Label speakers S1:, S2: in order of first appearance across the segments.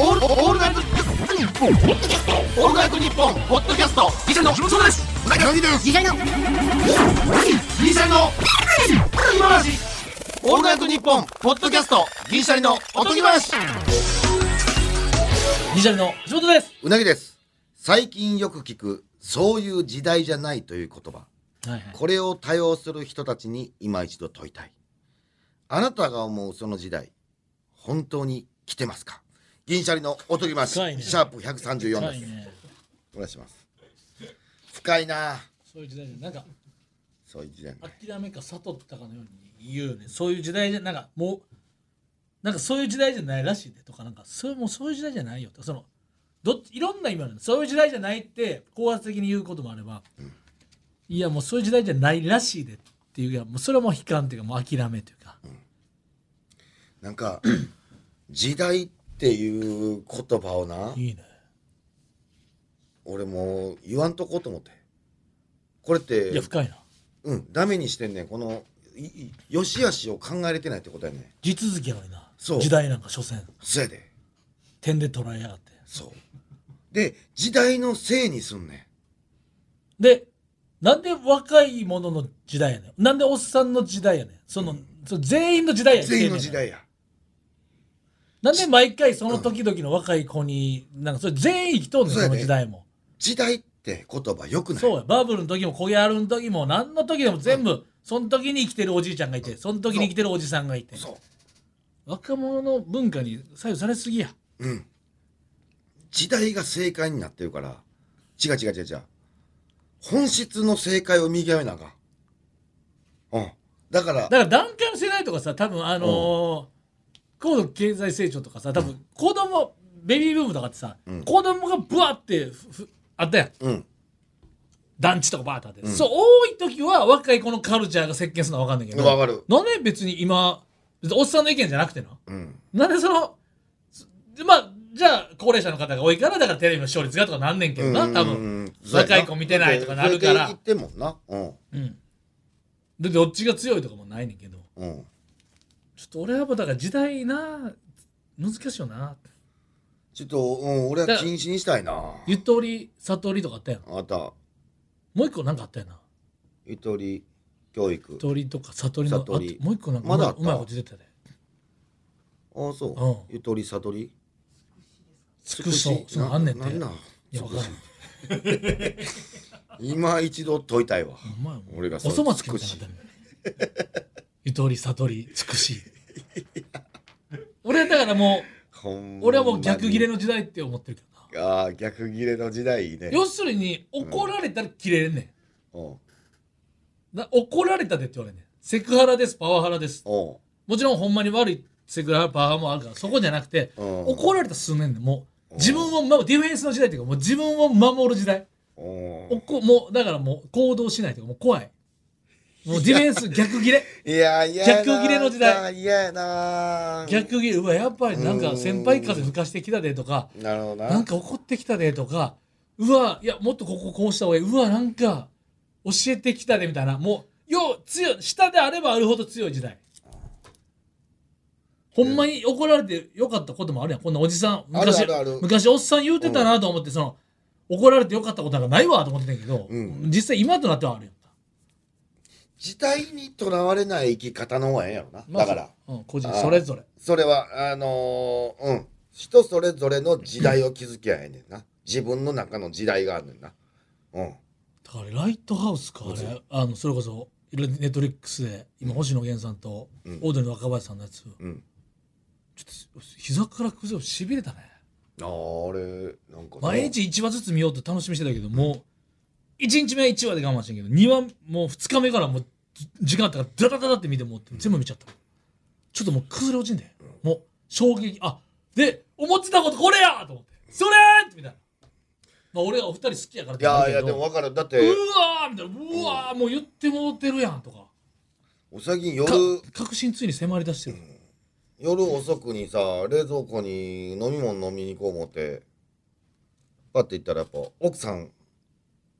S1: オールオールナイトニッポンオールナイトニッポンポッドキャストギシャリの木本壮ですうなぎの
S2: ギシャリの
S1: ギシャリの今話オールナイトニッポンポッドキャストギシャリのおとぎ話
S3: ギシャリの橋本です。
S2: うなぎです最近よく聞くそういう時代じゃないという言葉
S3: はいはい。
S2: これを多用する人たちに今一度問いたいあなたが思うその時代本当に来てますか銀シャリのおとぎまし、
S3: 深いね
S2: シャープ134です、
S3: ね。
S2: お願いします深いな
S3: そういう時代じゃなんか
S2: そういう時代
S3: 諦めか悟ったかのように言うよね。そういう時代じゃなんかもうなんかそういう時代じゃないらしいでとかなんかそれもうそういう時代じゃないよとかそのどっちいろんな意味あるのそういう時代じゃないって高圧的に言うこともあれば、いやもうそういう時代じゃないらしいでっていうかもうそれはもう悲観っていうかもう諦めというか、
S2: なん か時代っていう言葉をない
S3: いね。
S2: 俺もう言わんとこうと思ってこれって
S3: いや深いな。
S2: うん、ダメにしてんねんこのいい良し悪しを考えれてないってことやねん
S3: 地続きやのにな。
S2: そう
S3: 時代なんか所詮
S2: そやで
S3: 点で捉えやがって。
S2: そうで時代のせいにすんね
S3: で、なんで若い者の時代やねん。なんでおっさんの時代やねん。その、その全員の時代や
S2: ん
S3: ねん。
S2: 全員の時代や
S3: なんで毎回その時々の若い子に、なんかそれ全員生きとんねん、
S2: そう
S3: そ
S2: やね
S3: の時代も。
S2: 時代って言葉よくない
S3: そうや、バブルの時も、コギャルの時も、何の時でも全部、その時に生きてるおじいちゃんがいて、その時に生きてるおじさんがいて。
S2: そ
S3: 若者の文化に左右されすぎや。
S2: ううん時代が正解になってるから違う違う違う違う本質の正解を見極めなあかんうんだから
S3: だから段階の世代とかさ、多分あのー高度経済成長とかさ、多分子供、ベビーブームとかってさ、
S2: ん
S3: 子供がブワーってふふあったやん。
S2: うん
S3: 団地とかバーターで、
S2: ん
S3: そう多い時は若い子のカルチャーが席巻するのは分かんないけど
S2: わかる
S3: なんで別に今別におっさんの意見じゃなくてな
S2: うん
S3: なんでそのそまあじゃあ高齢者の方が多いからだからテレビの視聴率がとかなんねんけどな多
S2: うんう
S3: 分、
S2: んうんそうやな
S3: 若い子見てないとかなるから
S2: だって増えていってんもんなうん
S3: うん、でどっちが強いとかもないねんけど
S2: うん
S3: ちょっと俺はもうだから時代な難しいよな
S2: ちょっと、うん、俺は禁止にしたいな
S3: ゆとり悟りとかあったやん
S2: あた
S3: もう一個なんかあったやな
S2: ゆとり教育
S3: ゆとりとか悟りのあと
S2: 悟り
S3: もう一個なんか
S2: まだあ
S3: う
S2: った
S3: まいこと出てたで
S2: ああそう、
S3: うん
S2: ゆとり悟り
S3: つくしそうあんねんて
S2: ななんなん
S3: いやわかんない
S2: 今一度問いたいわ
S3: お前も
S2: 俺が
S3: おそ松
S2: つ
S3: くん
S2: く
S3: みたい
S2: し
S3: になったね ゆとり悟りつくし俺だからも
S2: ほんま
S3: う
S2: に
S3: 俺はもう逆切れの時代って思ってるけどな
S2: ああ逆切れの時代いいね
S3: 要するに怒られたら切れんね
S2: おう
S3: うんな怒られたでって言われんねんセクハラですパワハラです
S2: おう
S3: もちろんほんまに悪いセクハラパワハラもあるからそこじゃなくて
S2: うん
S3: 怒られたらすんねんねんも
S2: う
S3: う
S2: ん
S3: 自分を守るディフェンスの時代っていうかもう自分を守る時代
S2: お
S3: お
S2: う
S3: こもうだからもう行動しないというかもう怖いもうディフェンス逆切れ
S2: いやいやな
S3: 逆切れの時代
S2: いややな
S3: 逆ギレうわやっぱりなんか先輩風吹かしてきたでとか
S2: なるほどな
S3: なんか怒ってきたでとかうわいやもっとこここうした方がいいうわなんか教えてきたでみたいなもうよう強い下であればあるほど強い時代ほんまに怒られてよかったこともあるやんこんなおじさん昔
S2: あるあるある
S3: 昔おっさん言うてたなと思ってその怒られてよかったことなんかないわと思ってたんやけど、
S2: うん
S3: 実際今となってはあるやんか、
S2: 時代にとらわれない生き方の方がええんやろな、
S3: まあ
S2: だから
S3: うん、個人
S2: あー
S3: それぞれ
S2: それはあのーうん人それぞれの時代を築きゃええねんな自分の中の時代があるねんなうん
S3: だからライトハウスかあれあのそれこそネットリックスで今星野源さんと
S2: うん
S3: オードリーの若林さんのやつ、
S2: うん
S3: ちょっと膝から崩れしびれたね
S2: あーあれなんかな
S3: 毎日1話ずつ見ようと楽しみにしてたけどもう1日目は1話で我慢してんけど2話もう2日目からもうじ時間あったからダダダダって見てもう全部見ちゃった、ちょっともう崩れ落ちんで、もう衝撃あで思ってたことこれやと思ってそれーみたいな、まあ、俺はお二人好きやからっ
S2: い
S3: てのも
S2: や
S3: ある
S2: い
S3: け
S2: や
S3: ど
S2: でも分かるだって
S3: うわーみたいなうわーもう言ってもうてるやんとか
S2: お最近
S3: か
S2: 夜
S3: 確信ついに迫り出してる、
S2: 夜遅くにさ冷蔵庫に飲み物飲みに行こう思ってパッて行ったらやっぱ奥さん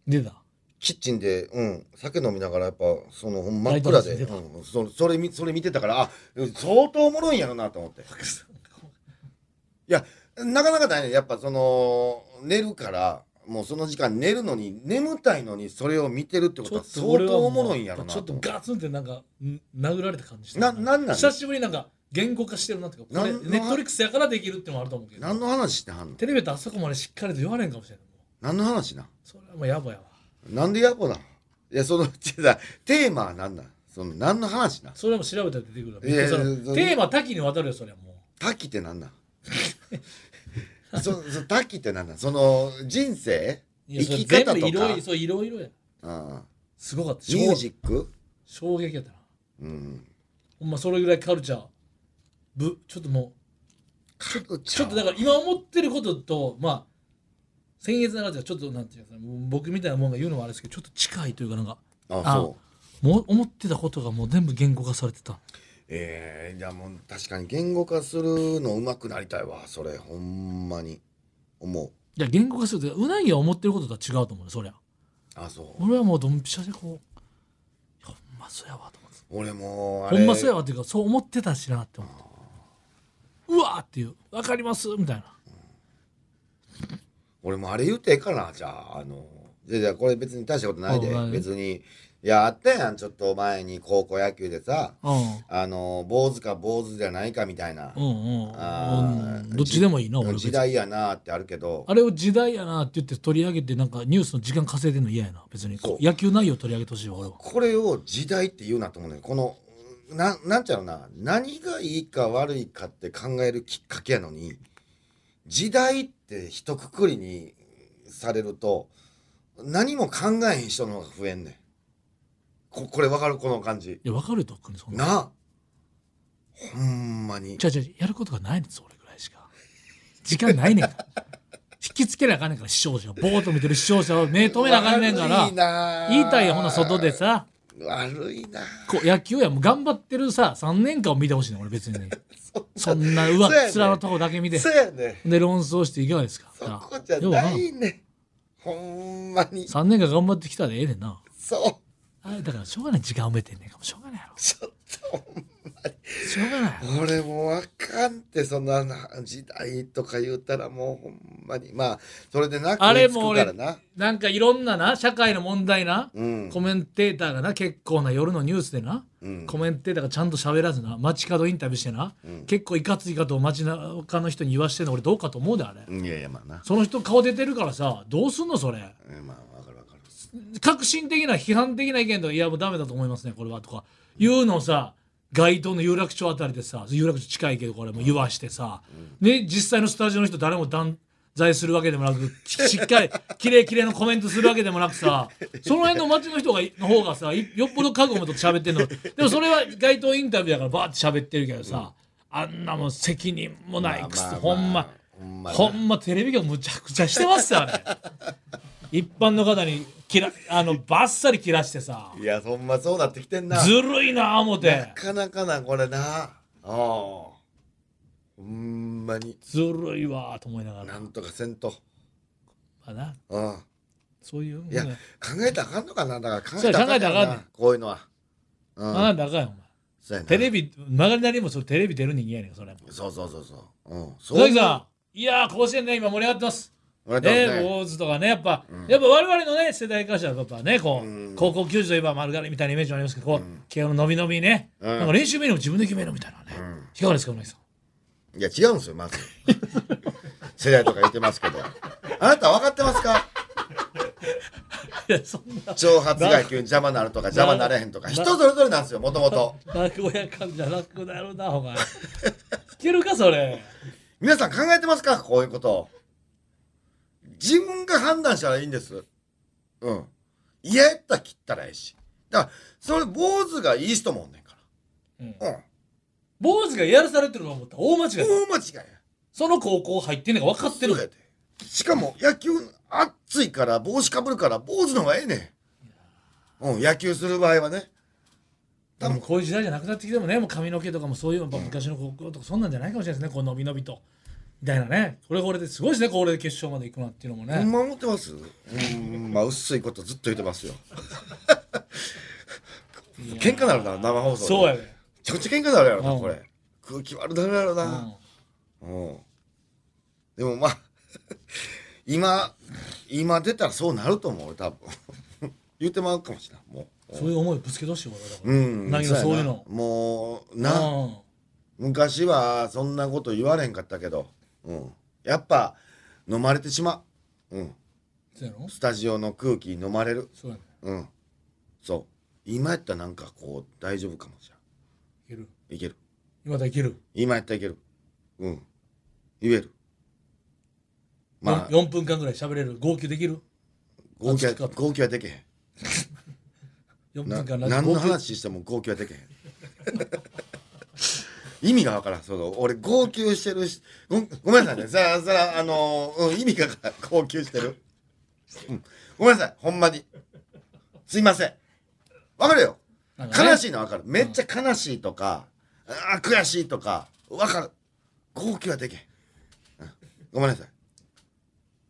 S3: 出た
S2: キッチンで、うん、酒飲みながらやっぱそのほんま真
S3: ラ
S2: っ
S3: イトハ
S2: 暗
S3: ウス
S2: で、
S3: に出た
S2: うん、そそれ見それ見てたからあ相当おもろいんやろなと思っていやなかなかだねやっぱその寝るからもうその時間寝るのに眠たいのにそれを見てるってことは相当おもろいんやろな
S3: ちょっと
S2: と思って
S3: ガツンってなんかん殴られた感じした
S2: ななんなん
S3: 久しぶりになんか言語化してるなっていうかこれ
S2: なんの
S3: ネットフリックスやからできるってのもあると思うけど
S2: 何の話してはんの
S3: テレビだとあそこまでしっかりと言われんかもしれない
S2: 何の話な
S3: それはもうやばいわ
S2: なんでやぼなんいやその違うだテーマは何なんその何の話な
S3: それはもう調べたら出てくるわ
S2: いや
S3: その
S2: いや
S3: テーマ多岐にわたるよそれはも
S2: 滝って何なん そそ滝って何なんその人生
S3: ういやそれ
S2: 生き方とか
S3: 全部いろいろそういろいろや
S2: ああ
S3: すごかった
S2: ミュージック
S3: 衝撃やったな
S2: うん
S3: ほんまそれぐらいカルチャーぶちょっともう
S2: ちょっと
S3: ちょっとだから今思ってることとまあ僭越ながらじゃちょっとなんていうか僕みたいなもんが言うのもあれですけどちょっと近いというかなんから
S2: あ
S3: あ
S2: そう
S3: もう思ってたことがもう全部言語化されてた
S2: えー、じゃあもう確かに言語化するの上手くなりたいわそれほんまに思う
S3: いや言語化するとうなぎは思ってることとは違うと思うねそりゃ
S2: あそう
S3: 俺はもうドンピシャでこういやほんまそうやわと思って
S2: 俺もうあ
S3: ほ
S2: れ
S3: んまそうやわっていうかそう思ってたしなって思ってうわーっていうわかりますみたいな
S2: 俺もあれ言うてええかなじゃああのじゃあじゃあこれ別に大したことないで
S3: あはい
S2: 別にいやあったやんちょっと前に高校野球でさ
S3: うん
S2: あの坊主か坊主じゃないかみたいな、
S3: うんうん
S2: あー
S3: うんどっちでもいいな俺別
S2: 時
S3: に
S2: 代やなってあるけど
S3: あれを時代やなって言って取り上げてなんかニュースの時間稼いでんの嫌やな別にこ
S2: そ
S3: う
S2: う
S3: 野球内容取り上げてほしいわ俺は
S2: これを時代って言うなと思うねこのななんちゃうのな何がいいか悪いかって考えるきっかけやのに時代って一括りにされると何も考えへん人の方が増えんねんここれわかるこの感じ
S3: いや分かるよとっくにそんな
S2: なあほんまに
S3: 違う違うやることがないんです俺ぐらいしか時間ないねんから 引きつけなあかんねんから視聴者をぼーっと見てる視聴者を目止めなあかんねんか
S2: 悪
S3: ら
S2: いなあ
S3: 言いたいやほな外でさ
S2: 悪いなあ
S3: こう野球やもう頑張ってるさ3年間を見てほしいねん俺別にそんなう わ
S2: そうやね
S3: っ面のとこだけ見て
S2: そうやね
S3: で論争していかがですか
S2: そこじゃないねほんまに
S3: 3年間頑張ってきたでええねんな
S2: そう
S3: あれだからしょうがない時間埋めてんねんからしょうがないやろ
S2: ちょっと
S3: しょうがないやろ
S2: 俺もうあかんってそんなな時代とか言うたらもうほんまにまあそれでな
S3: あれも
S2: 食いつくからな
S3: なんかいろんなな社会の問題な、
S2: うん
S3: コメンテーターがな結構な夜のニュースでな、
S2: うん
S3: コメンテーターがちゃんと喋らずな街角インタビューしてな、
S2: うん
S3: 結構いかついかと街中の人に言わしてんの俺どうかと思うであれ、
S2: いやいやまあな
S3: その人顔出てるからさどうすんのそれ
S2: えまあわかるわかる
S3: 革新的な批判的な意見とかいやもうダメだと思いますねこれはとかいうのをさ街頭の有楽町あたりでさ有楽町近いけどこれもう言わしてさ、で実際のスタジオの人誰も断罪するわけでもなくししっかりきれいきれいのコメントするわけでもなくさその辺の街の人がの方がさいよっぽど覚悟もと喋ってんのでもそれは街頭インタビューだからバーって喋ってるけどさ、あんなもん責任もないくせほんま。
S2: ほんま
S3: ほ
S2: ほんま
S3: んまテレビ局むちゃくちゃしてま すよね一般の方に切らあのバッサリ切らしてさ
S2: ないやほんまそうなってきてんな
S3: ずるいなあ思て
S2: なかなかなこれなああほんまに
S3: ずるいわあと思いながら
S2: なんとかせんと
S3: まあな
S2: うん
S3: そういうもん
S2: いや
S3: ね
S2: 考えたらあかんのかなだから考えたらあかん
S3: そうや考えたら
S2: よ
S3: あかんねん
S2: なこういうのはうん
S3: まあなんだあかんよお前
S2: そうやな
S3: テレビ曲がりなりにもそれテレビ出る人間やねんそれ
S2: そうそうそうそううんそう
S3: 佐々木さんいやあ甲子園ね今盛り上がってます
S2: 俺だもん
S3: ね、
S2: ね
S3: 坊主とかね、やっぱ、やっぱ我々のね、世代からしたら、やっぱね、こう、
S2: うん
S3: 高校球児といえば丸刈りみたいなイメージもありますけど、こう、慶応の伸び伸びね、
S2: うん
S3: なんか練習メニューも自分で決めるみたいなね、
S2: うん
S3: いかがですか、野木さん。
S2: いや違うんですよまず 世代とか言ってますけどあなた分かってますか
S3: いや、そんな。
S2: 挑発が急に邪魔になるとか邪魔になれへんとか
S3: な
S2: 人それぞれなんですよもともと
S3: 落語やかんじゃなくなるな、お前。いけるか、それ。
S2: 皆さん考えてますかこういうことを自分が判断したらいいんですうん嫌やったら切ったらええしだからそれ坊主がいい人もおんねんか
S3: うん
S2: らうん
S3: 坊主がやらされてると思ったら大間違いだ。
S2: 大間違いや
S3: その高校入ってんねんが分かってる
S2: そう。やでしかも野球暑いから帽子かぶるから坊主の方がええねんうん野球する場合はね
S3: でもこういう時代じゃなくなってきてもね、もう髪の毛とかもそういうやっぱ昔の高校とかそんなんじゃないかもしれないですね、こう伸び伸びと。みたいなね。これこれですごいですね、これで決勝まで行くなっていうのもね。
S2: ほんま思ってますうんまあ薄いことずっと言ってますよ喧嘩なるな生放送で
S3: そうやね。
S2: めちゃくちゃ喧嘩なるやろな
S3: うん
S2: これ空気悪なるやろ
S3: う
S2: なんうんでもまあ 今今出たらそうなると思う俺多分言ってまうかもしれないもう
S3: そういう思いぶつけどしてもらうだから、
S2: うん
S3: 何がそういうの
S2: やなもうな
S3: うん
S2: 昔はそんなこと言われへんかったけど、うん、やっぱ飲まれてしまう、うん、
S3: そうやろ
S2: スタジオの空気に飲まれる、
S3: そうやね
S2: うん、そう今やったらなんかこう大丈夫かもしれ
S3: いける
S2: んいける
S3: 今だいける、
S2: 今やったらいけるうん言えるまあ
S3: よん4分間ぐらい喋れる号泣できる
S2: 号泣は
S3: 暑かった
S2: 号泣はでけへん
S3: 4
S2: な
S3: 分間ラジオ
S2: 何の
S3: 号泣
S2: 話しても号泣はできへん 意味がわからんその俺号泣してるしごごめんなさいねさあさああのーうん、意味が号泣してる、うんごめんなさいほんまにすいませんわかるよ
S3: なんかね
S2: 悲しいのわかるめっちゃ悲しいとか、あー悔しいとかわかる号泣はできへん、うんごめんなさい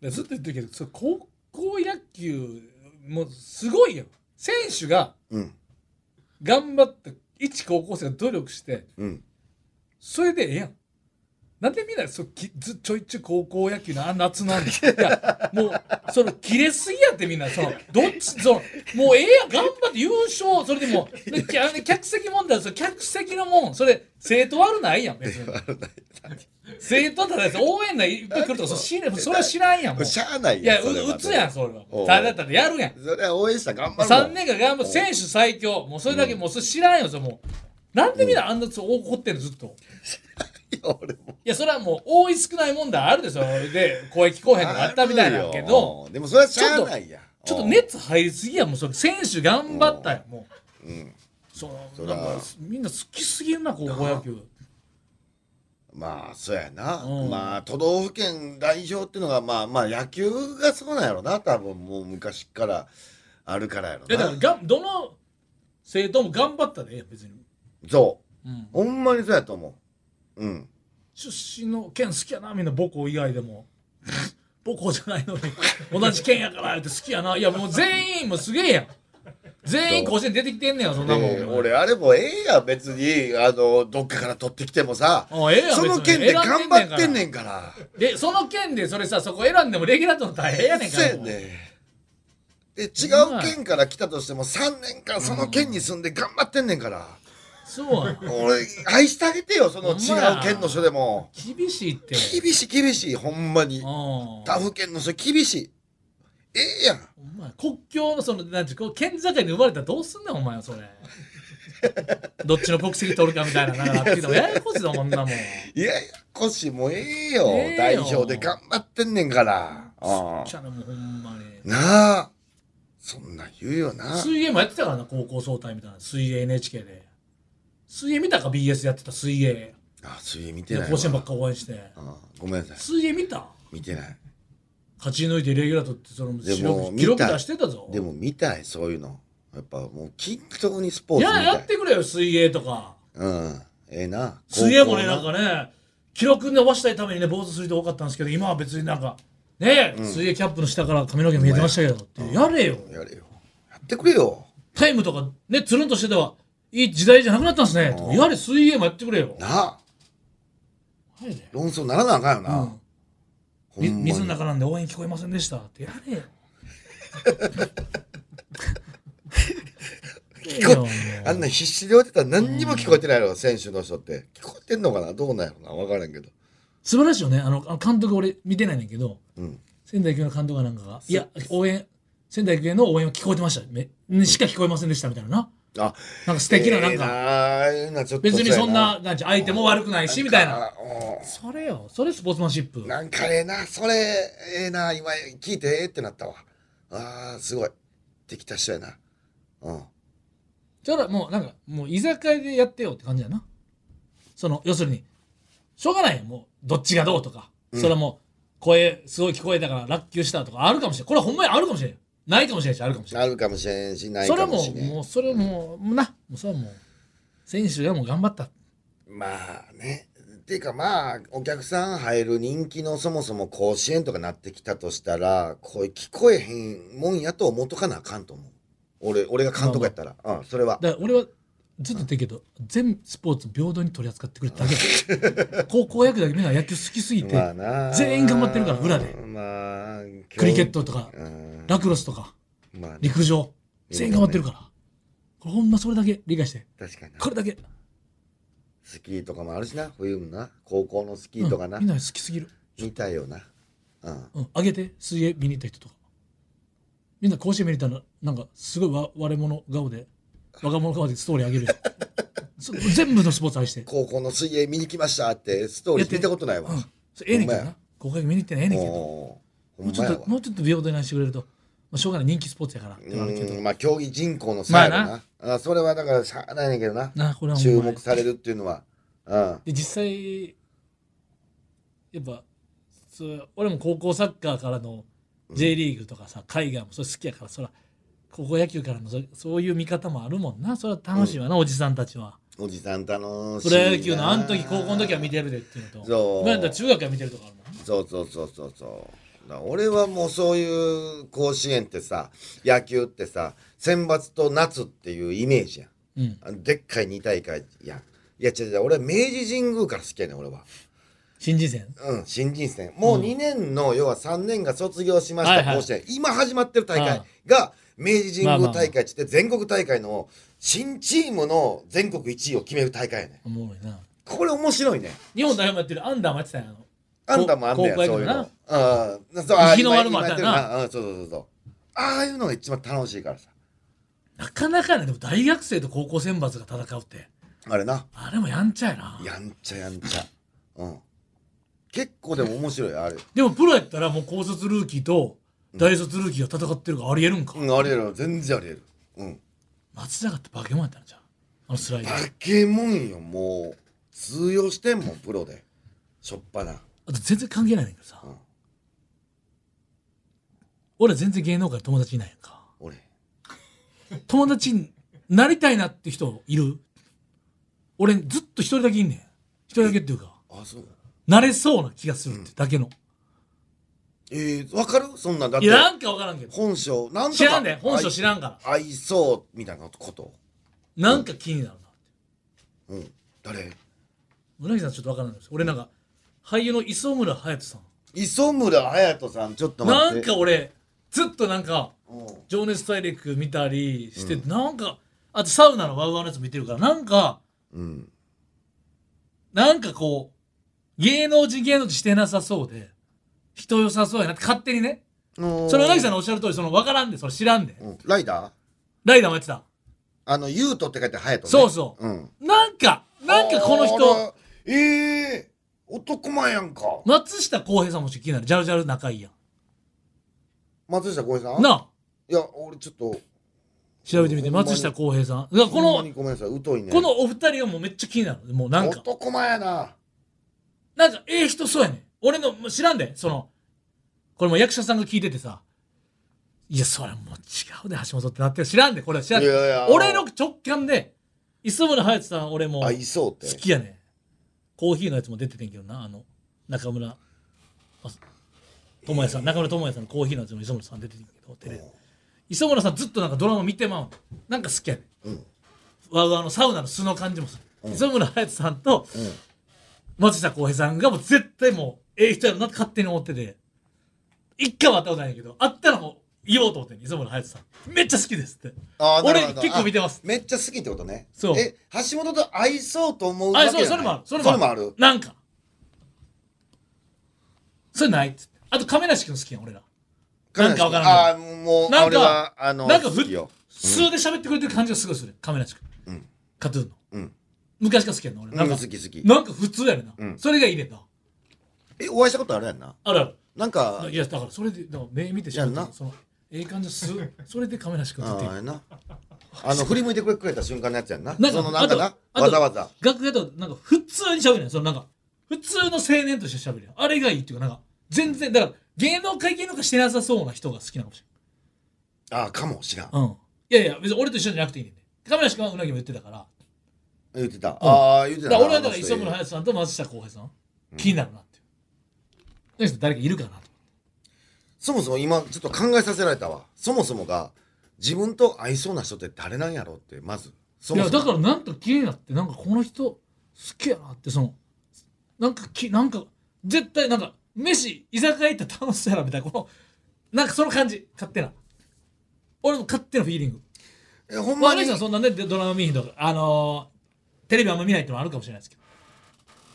S3: でずっと言ってるけどそれ高校野球もうすごいやん選手が
S2: うん
S3: 頑張って一高校生が努力して
S2: うん
S3: それでええやんなんでみんなそうきずちょいちょい高校野球のあ夏なん でいやもうその切れすぎやってみんなそのどっちそのもうええやん頑張って優勝それでもうできあの客席問題その客席のもんそれ生徒悪ないやん別に生徒ただです応援がいっぱい来るとかそれ知らんそれは知らんやんもう
S2: しゃあない
S3: いや、
S2: それは
S3: う打つやん、それ
S2: お
S3: は。
S2: う
S3: ただただやるやん。
S2: それは応援したら頑張るもん
S3: 3年間頑張って、選手最強。もうそれだけ、もうそれ知らんよ、それもう。なんでみんなあんなそう怒ってんの、ずっと。
S2: いや俺も
S3: いや、それはもう、多い少ない問題あるでしょ。で、声聞こえへんのがあったみたいなんやけど、
S2: でもそれはしゃあないや
S3: ちょっと
S2: うん
S3: 熱入りすぎやん、もう、それ選手頑張ったよ、もう。
S2: うん
S3: そ、
S2: そう
S3: な
S2: ら
S3: んか、みんな好きすぎるな、高校野球。
S2: まあそうやな、
S3: うん
S2: まあ都道府県代表っていうのがまあまあ野球がそうなんやろな多分もう昔からあるからやろ
S3: いや、だから
S2: な
S3: がん、どの生徒も頑張ったでええやん、別に。
S2: そ
S3: うん
S2: う。ほんまにそうやと思ううん
S3: 出身の県好きやなみんな母校以外でも 母校じゃないのに同じ県やからって好きやないやもう全員もうすげえやん全員甲子園出てきてんねやそんなもん、
S2: で俺あれもええやん別にあのどっかから取ってきてもさ
S3: あええやん
S2: その
S3: 別
S2: 県
S3: に
S2: で頑張ってんね
S3: 選
S2: んから
S3: でその県でそれさそこ選んでもレギュラーとの大変やねんか
S2: そう
S3: ら
S2: や
S3: もう
S2: ねで違う県から来たとしても3年間その県に住んで頑張ってんねんから、
S3: そうやん
S2: 俺愛してあげてよその違う県の人でも
S3: 厳しいって
S2: 厳しい厳しいほんまに
S3: うん
S2: 他府県の人厳しいええやん
S3: お前国境のそのなんていうのこう県境に生まれたらどうすんねんお前はそれどっちの国籍取るかみたいななんかあってきてもややこしいぞこんなもん
S2: いややこしいもうええよ,、
S3: ええよ
S2: 代表で頑張ってんねんからあ
S3: ちゃなもうほんまに
S2: なあそんなん言うよな
S3: 水泳もやってたからな高校総体みたいな水泳 NHK で水泳見たか BS やってた水泳
S2: あ水泳見てないわ
S3: 甲子園ばっか応援して
S2: あごめんなさい
S3: 水泳見た
S2: 見てない
S3: 勝ち抜いてレギュラー取ってその
S2: でも見
S3: 記録
S2: た
S3: 記録出してたぞ
S2: でも見たいそういうのやっぱもう均等にスポー
S3: い
S2: ツ見
S3: や
S2: たい
S3: やってくれよ水泳とか
S2: うんええな
S3: 水泳もねなん
S2: 高校
S3: かね記録伸ばしたいためにね坊主する人多かったんですけど今は別になんかね、水泳キャップの下から髪の毛見えてましたけどってやれよ
S2: やれよやってくれよ
S3: タイムとかねつるんとしてではいい時代じゃなくなったんですねとかやれ水泳もやってくれよ
S2: なあ
S3: はいね
S2: 論争ならなあかんよな、
S3: うん
S2: ほん
S3: み
S2: まに
S3: 水の中なんで応援聞こえませんでした ってやれよ。
S2: 聞こえあんな必死で打ってたら何にも聞こえてないやろ、選手の人って。聞こえてんのかなどうなんやろな分からんけど。
S3: 素晴らしいよねあのあの監督俺見てないねんだけど
S2: うん。
S3: 仙台育英の監督がなんかがいや応援仙台育英の応援は聞こえてましためにしか聞こえませんでしたみたいなな
S2: あ、
S3: なんか素敵ななん
S2: ええ
S3: か、
S2: ああいうのはちょっと
S3: 別にそん
S2: うや
S3: ななんて相手も悪くないしみたいな
S2: あう
S3: それよそれスポーツマンシップ
S2: んなんかええな、それ、ええな、今聞いてええってなったわ。ああ、すごい。できた人やな。うん。
S3: だからもうなんかもう居酒屋でやってよって感じやなその要するにしょうがないよもうどっちがどうとか、それはもう声すごい聞こえたから落球したとかあるかもしれないこれはほんまにあるかもしれないないかもしれないしあるかもしれない
S2: なるかもしれんし、ない
S3: それ
S2: か
S3: は
S2: も
S3: も
S2: し
S3: う
S2: れん
S3: も。うそれはもうなもうそれはもう選手がもう頑張った
S2: まあね。っていうかまあ、お客さん入る人気のそもそも甲子園とかなってきたとしたら、声聞こえへんもんやと思っとかなあかんと思う。俺、俺が監督やったら。うん、それは。
S3: だから俺はずっと言ってるけど、全スポーツ平等に取り扱ってくれただ けや高校野球だけみんな野球好きすぎて、
S2: まあな
S3: 全員頑張ってるから裏で
S2: まあ
S3: クリケットとか
S2: うん
S3: ラクロスとか
S2: まあね
S3: 陸上全員頑張ってるから、これほんまそれだけ理解して
S2: 確かにな
S3: これだけ、
S2: スキーとかもあるしな冬もな高校のスキーとかな、
S3: うんみんな好きすぎる、
S2: 見たいよなうん
S3: うん、上げて水泳見に行った人とかみんな甲子園見に行ったらなんかすごいわ割れ物顔で若者顔でストーリー上げる よそ全部のスポーツ愛して
S2: 高校の水泳見に来ましたってストーリー見たことないわ、
S3: うん、それええねんけどな高校野球見に行ってないええねんけ
S2: お
S3: ど
S2: ー
S3: も
S2: ほ
S3: うんちょ
S2: ま
S3: っ
S2: や
S3: と
S2: わ
S3: もうちょっと平等にしてくれると、まあ、しょうがない人気スポーツやからってのはあるけ
S2: う
S3: ど
S2: んまあ競技人口の差やろな,、
S3: ま
S2: あそれはだからしゃあないねんけどな
S3: なあこれはほん
S2: 注
S3: まに
S2: 目されるっていうのはうん
S3: で実際やっぱそう俺も高校サッカーからの J リーグとかさ、海外もそれ好きやからそら高校野球からのそそういう見方もあるもんなそれは楽しいわな、おじさんたちは
S2: おじさん楽しい
S3: プ
S2: な
S3: ロ野球のあの時高校の時は見てるでっていうのと
S2: そう
S3: 今やったら中学は見てるとかあるもんな
S2: そうそうそうそうそうだから俺はもうそういう甲子園ってさ野球ってさ選抜と夏っていうイメージやん
S3: うん
S2: あのでっかい2大会やんいや違う違う俺は明治神宮から好きやねん俺は
S3: 新人戦
S2: うん新人戦もう2年の、要は3年が卒業しまし
S3: はい
S2: た
S3: はい
S2: 甲子園、今始まってる大
S3: あ
S2: 会
S3: あ
S2: が明治神
S3: まあまあ
S2: 宮
S3: まあ
S2: 大会っつって全国大会の新チームの全国1位を決める大会やねん
S3: おもろいな
S2: これ面白いね
S3: 日本代表もやってるアンダーもやってたやんあの
S2: あんたもあんねや
S3: 高校野
S2: そういう
S3: 球な
S2: のうんそうあ
S3: 日の丸
S2: 今
S3: もあった
S2: 今やてる
S3: よな
S2: なうんそうそうそうそうああいうのが一番楽しいからさ
S3: なかなかねでも大学生と高校選抜が戦うって
S2: あれな
S3: あれもやんちゃやな
S2: やんちゃやんちゃうん結構でも面白いあれ
S3: でもプロやったらもう高卒ルーキーと大卒ルーキーが戦ってるからありえるんか、
S2: うんありえる全然ありえるうん
S3: 松坂ってバケモンやったんじゃんあのスライダー
S2: 化け物よもう通用してんもんプロでしょっぱな
S3: あと全然関係ないねんけどさ、
S2: うん
S3: 俺全然芸能界友達いないやんか
S2: 俺
S3: 友達になりたいなって人いる俺ずっと一人だけいんねん一人だけっていうか
S2: あそう
S3: なれそうな気がするってだけの、
S2: えー、わかるそんなんだっ
S3: いやな
S2: て
S3: んか分からんけど
S2: 本性なんとか
S3: 知らんで本性知らんから
S2: 愛愛そうみたいなこと
S3: なんか気になるな
S2: うん誰
S3: 村木さんちょっと分からないです俺なんか俳優の磯村勇斗さん
S2: 磯村隼人さんちょっと
S3: な
S2: 待
S3: ん
S2: って
S3: か俺ずっとなんか
S2: うん
S3: 「情熱大陸」見たりして、なんかあとサウナのワウワウのやつ見てるからなんか
S2: うん
S3: なんかこう芸能人芸能人してなさそうで人良さそうやなって勝手にね
S2: そ
S3: それ村木さんのおっしゃる通りその分からんでそれ知らんで、
S2: うん、ライダー
S3: ライダーもやってた
S2: あの、ユートって書いて隼人、ね。
S3: そうそう
S2: うん。
S3: なんかなんかこの人
S2: あら。ええ男前やんか。
S3: 松下洸平さんもちょっと気になるジャルジャル仲いいや
S2: 松下洸平さ
S3: ん
S2: ん
S3: なあ
S2: いや、俺ちょっと、
S3: 調べてみて
S2: ほんまに
S3: 松下洸平さんだからこ
S2: ほんま
S3: の
S2: にごめんなさい、疎いね。
S3: このお二人はもうめっちゃ気になるもうなんか
S2: 男前やな。
S3: なんかええ人そうやねん俺のもう知らんでそのこれも役者さんが聞いててさいやそれもう違うで橋本ってなってる知らんでこれは知らん
S2: いやいや
S3: で俺の直感で磯村勇斗さん俺も
S2: あ、
S3: 好
S2: いそうって。
S3: きやねんコーヒーのやつも出ててんけどなあの中村あ智也さん中村智也さんのコーヒーのやつも磯村さん出ててんけどテレビ磯村さんずっとなんかドラマ見てまうのなんか好きやねん
S2: うん。
S3: わわのサウナの素の感じもする、磯村勇斗さんと
S2: うん。
S3: 松下洸平さんがもう絶対もうええ人やろなって勝手に思ってて一回は会ったことないんやけど会ったらもう言おうと思ってん磯村勇斗さんめっちゃ好きですって
S2: あーなる
S3: 俺
S2: ほど
S3: 結構見てます
S2: あめっちゃ好きってことね。
S3: そう
S2: え、橋本と合いそうと思うわけ
S3: あ
S2: やな
S3: そう
S2: い
S3: それもある
S2: そ
S3: そ
S2: れ
S3: れ
S2: も
S3: も
S2: あ
S3: あ
S2: る。
S3: るなんかそれないっつってあと亀梨君好きやん俺らなんかわからんけど
S2: あーもう、
S3: なん
S2: 俺
S3: か
S2: は、あの、
S3: なんか
S2: 好
S3: ふ
S2: きよ。
S3: 素で喋ってくれてる感じがすごいする亀梨君、
S2: うん
S3: カトゥーンの
S2: うん。
S3: 昔から好きやんの俺
S2: な
S3: なんん
S2: か
S3: か、
S2: 好き好き。
S3: なんか普通やねんな、
S2: うん
S3: それがいいねんな
S2: え、お会いしたことあるやんな。
S3: あるある
S2: なんか、
S3: いやだからそれでだから目見てしま
S2: やんな
S3: そのええ感じす それで亀梨君と
S2: あ
S3: っていう
S2: あなあの振り向いてくれた瞬間のやつやんな
S3: なん
S2: そ
S3: か
S2: のなんか
S3: あ
S2: な
S3: とあと
S2: わざわざ
S3: 楽屋となんか普通に喋るやんそのなんか普通の青年として喋るやんあれがいいっていうかなんか全然だから芸能界芸能界してなさそうな人が好きなのかもし
S2: ああかもしらん
S3: れんうんいやいや別に俺と一緒じゃなくていいねんね亀梨君はうなぎも言ってたから
S2: 言ってたああ言って
S3: だ
S2: た
S3: か
S2: な
S3: ら俺はだ
S2: あの
S3: から磯
S2: 人
S3: 村勇斗さんと松下洸平さん、気になるなっていうだけど誰かいるかなと
S2: そもそも今ちょっと考えさせられたわそもそもが自分と合いそうな人って誰なんやろうってまずそ
S3: い
S2: も
S3: や
S2: そも
S3: だからなんか気になってなんかこの人好きやなってそのなんかきなんか絶対なんか飯居酒屋行ったら楽しそうやなみたいなこのなんかその感じ勝手な俺の勝手なフィーリング
S2: えほん
S3: ま
S2: ま
S3: ああれ
S2: に
S3: じゃそんなねでドラマ見ひんとかあのー、テレビあんま見ないってのもあるかもしれないですけど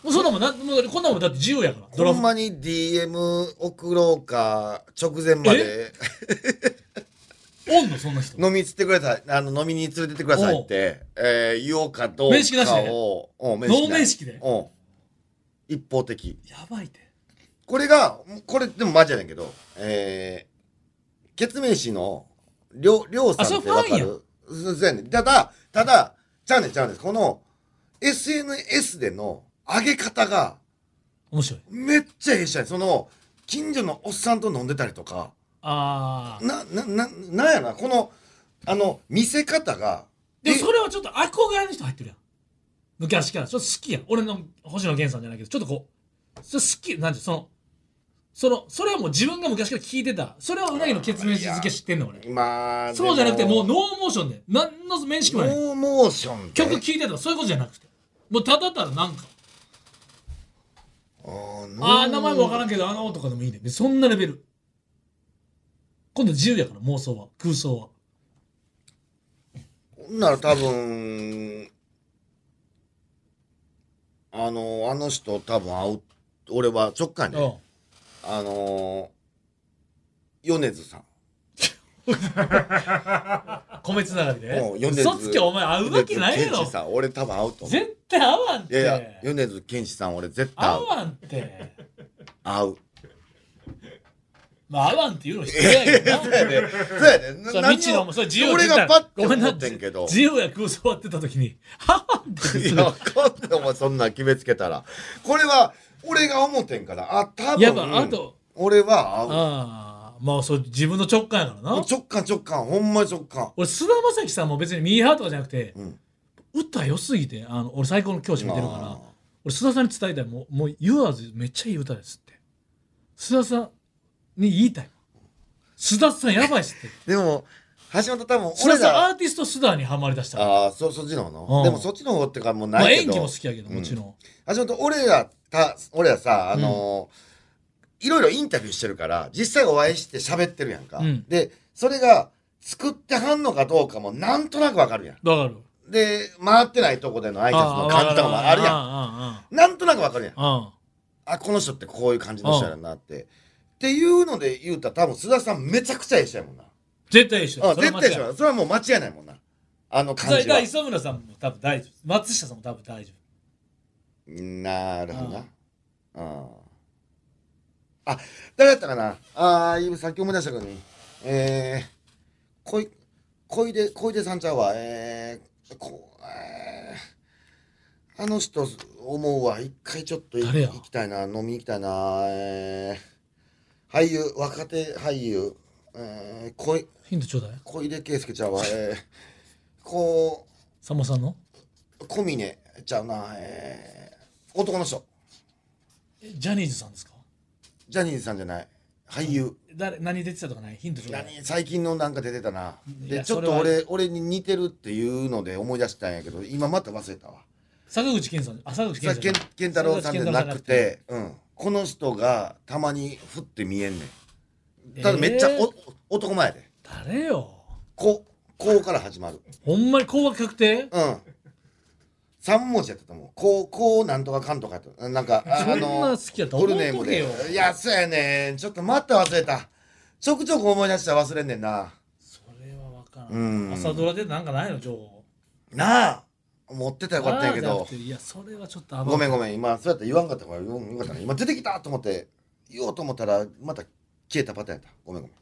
S3: もうそんなもんなもうこんなもんだって自由やからド
S2: ほ
S3: ラ
S2: ん
S3: マ
S2: まに DM 送ろうか直前まで
S3: おんのそんな人
S2: 飲みに連れてくださいあの飲みに連れてってくださいって、えー言おうかどうかを
S3: 面識なしで
S2: うん面
S3: 脳
S2: ない
S3: 面識で
S2: うん一方的
S3: やばいって
S2: これがこれでもマジやねんけどえー、決命師のりょりょうさんってわか
S3: あそれフ
S2: るそうそうやねんただただちゃうねんちゃうねんこの SNS での上げ方が
S3: 面白い
S2: めっちゃええしやねんその近所のおっさんと飲んでたりとか
S3: ああ
S2: ななななんやなこのあの見せ方が
S3: でもそれはちょっと憧れの人入ってるやん昔からちょっと好きやん俺の星野源さんじゃないけどちょっとこうそれ好きなんてそのそのそれはもう自分が昔から聞いてたそれはうなぎの決面し付け知ってんの俺
S2: まあ
S3: そうじゃなくてもう
S2: ノ
S3: ノーモーションで何の面識もない
S2: ーモーションで
S3: 曲聴いてたとかそういうことじゃなくてもうただただなんか
S2: あーノー
S3: ああ名前もわからんけどあのとかでもいいねでそんなレベル今度自由やから妄想は空想は
S2: ほんなら多分あのあの人多分会う俺は直感で、
S3: うん
S2: あの米津さん
S3: 米つながりで
S2: もう米津
S3: 嘘つけお前会うわけないや
S2: 米津玄
S3: ろ
S2: 師さん俺多分会うと思う
S3: 絶対合わんって
S2: いやいや米津玄師さん俺絶対
S3: 合
S2: 会う
S3: わんって
S2: 会う
S3: まあ合わんっていう の人やけど
S2: そう
S3: な
S2: やでそうやでな
S3: それ
S2: 何を
S3: 未知のもそれ自由
S2: 俺がパッて思ってんけ
S3: ごめ
S2: ど
S3: 自由や空想やってた時に合わんって
S2: いや、わかんない、お前、そんなん決めつけたら。これは、俺が思ってんから、あ、多分。
S3: やっぱあと
S2: 俺は、
S3: ああまあそう自分の直感やから
S2: あ
S3: な
S2: 直感直感、ほんま直感。
S3: 俺菅田将暉さんも別にミーハーとかじゃなくて
S2: うん。
S3: 歌良すぎてあの俺最高の教師見てるから俺須田さんに伝えたいもうもう言わずめっちゃいい歌ですって須田さんに言いたい須田さんやばいっすって
S2: でも、橋本多分、
S3: 須
S2: 俺
S3: 田さんア
S2: ら、
S3: ーティスト須田にはまりだしたから
S2: ああ、そ、そっちの方
S3: う
S2: の。
S3: ん
S2: でも、そっちの方ってか、もう
S3: まあ
S2: ないけ
S3: 演
S2: ど。
S3: 技も好きやけどもちろん、
S2: 橋本、俺ら、た、俺らさ、あのー、いろいろインタビューしてるから、実際お会いして喋ってるやんか
S3: うん。
S2: で、それが、作ってはんのかどうかも、なんとなくわかるやん。
S3: だから
S2: で、回ってないとこでの挨拶の感じとかもあるやん。
S3: ん
S2: なんとなくわかるやん。
S3: あ
S2: あこの人ってこういう感じの人やなって、っていうので言うたら多分須田さんめちゃくちゃええ人やもんな
S3: 絶対一緒
S2: あ絶対一緒やそれはもう間違いないもんなあの感じは
S3: だ磯村さんも多分大丈夫松下さんも多分大丈
S2: なるほどなああ誰やったかなあーさっき思い出したけどねえー、こい小出小出さんちゃうわえー、こえーあの人思うわ一回ちょっとい
S3: 誰や
S2: 行きたいな飲みに行きたいなえー、俳優若手俳優えー、小い
S3: 夫ヒントちょうだい
S2: 小出圭介ちゃうわえー、こ
S3: さんまさんの
S2: う小峰ちゃうなえー、男の人
S3: えジャニーズさんですか
S2: ジャニーズさんじゃない俳優
S3: 誰何出てたとかないヒントちょうだい
S2: 何最近のなんか出てたないで
S3: や
S2: ちょっ
S3: そ
S2: と
S3: れは
S2: 俺俺に似てるっていうので思い出したんやけど今また忘れたわ
S3: 坂口健さんあ坂口
S2: さ
S3: 健
S2: っ
S3: さん
S2: き健太郎さんじゃなくて、うん、この人がたまにふって見えんねんただめっちゃお、
S3: えー
S2: 男前やで
S3: 誰よ
S2: ここうから始まる
S3: ほんまに高額確定
S2: うん3文字やったと思うこうこうなんとかかんとかやったなんかあ
S3: そ
S2: あ
S3: んな
S2: の
S3: 好きやったら
S2: フル
S3: 覚
S2: ネー
S3: えと
S2: ム
S3: け
S2: で
S3: よ
S2: いやそうやねんちょっと待って忘れたちょくちょく思い出したら忘れんねんな
S3: それは分から
S2: うん
S3: ん朝ドラでなんかないの情報
S2: なあ持ってたらよかったんやけ
S3: あーじゃな
S2: ど
S3: くていやそれはちょっとあ
S2: ごめんごめん今そうやって言わんかったからよよかったな今出てきたと思って言おうと思ったらまた消えたパターンやったごめんごめん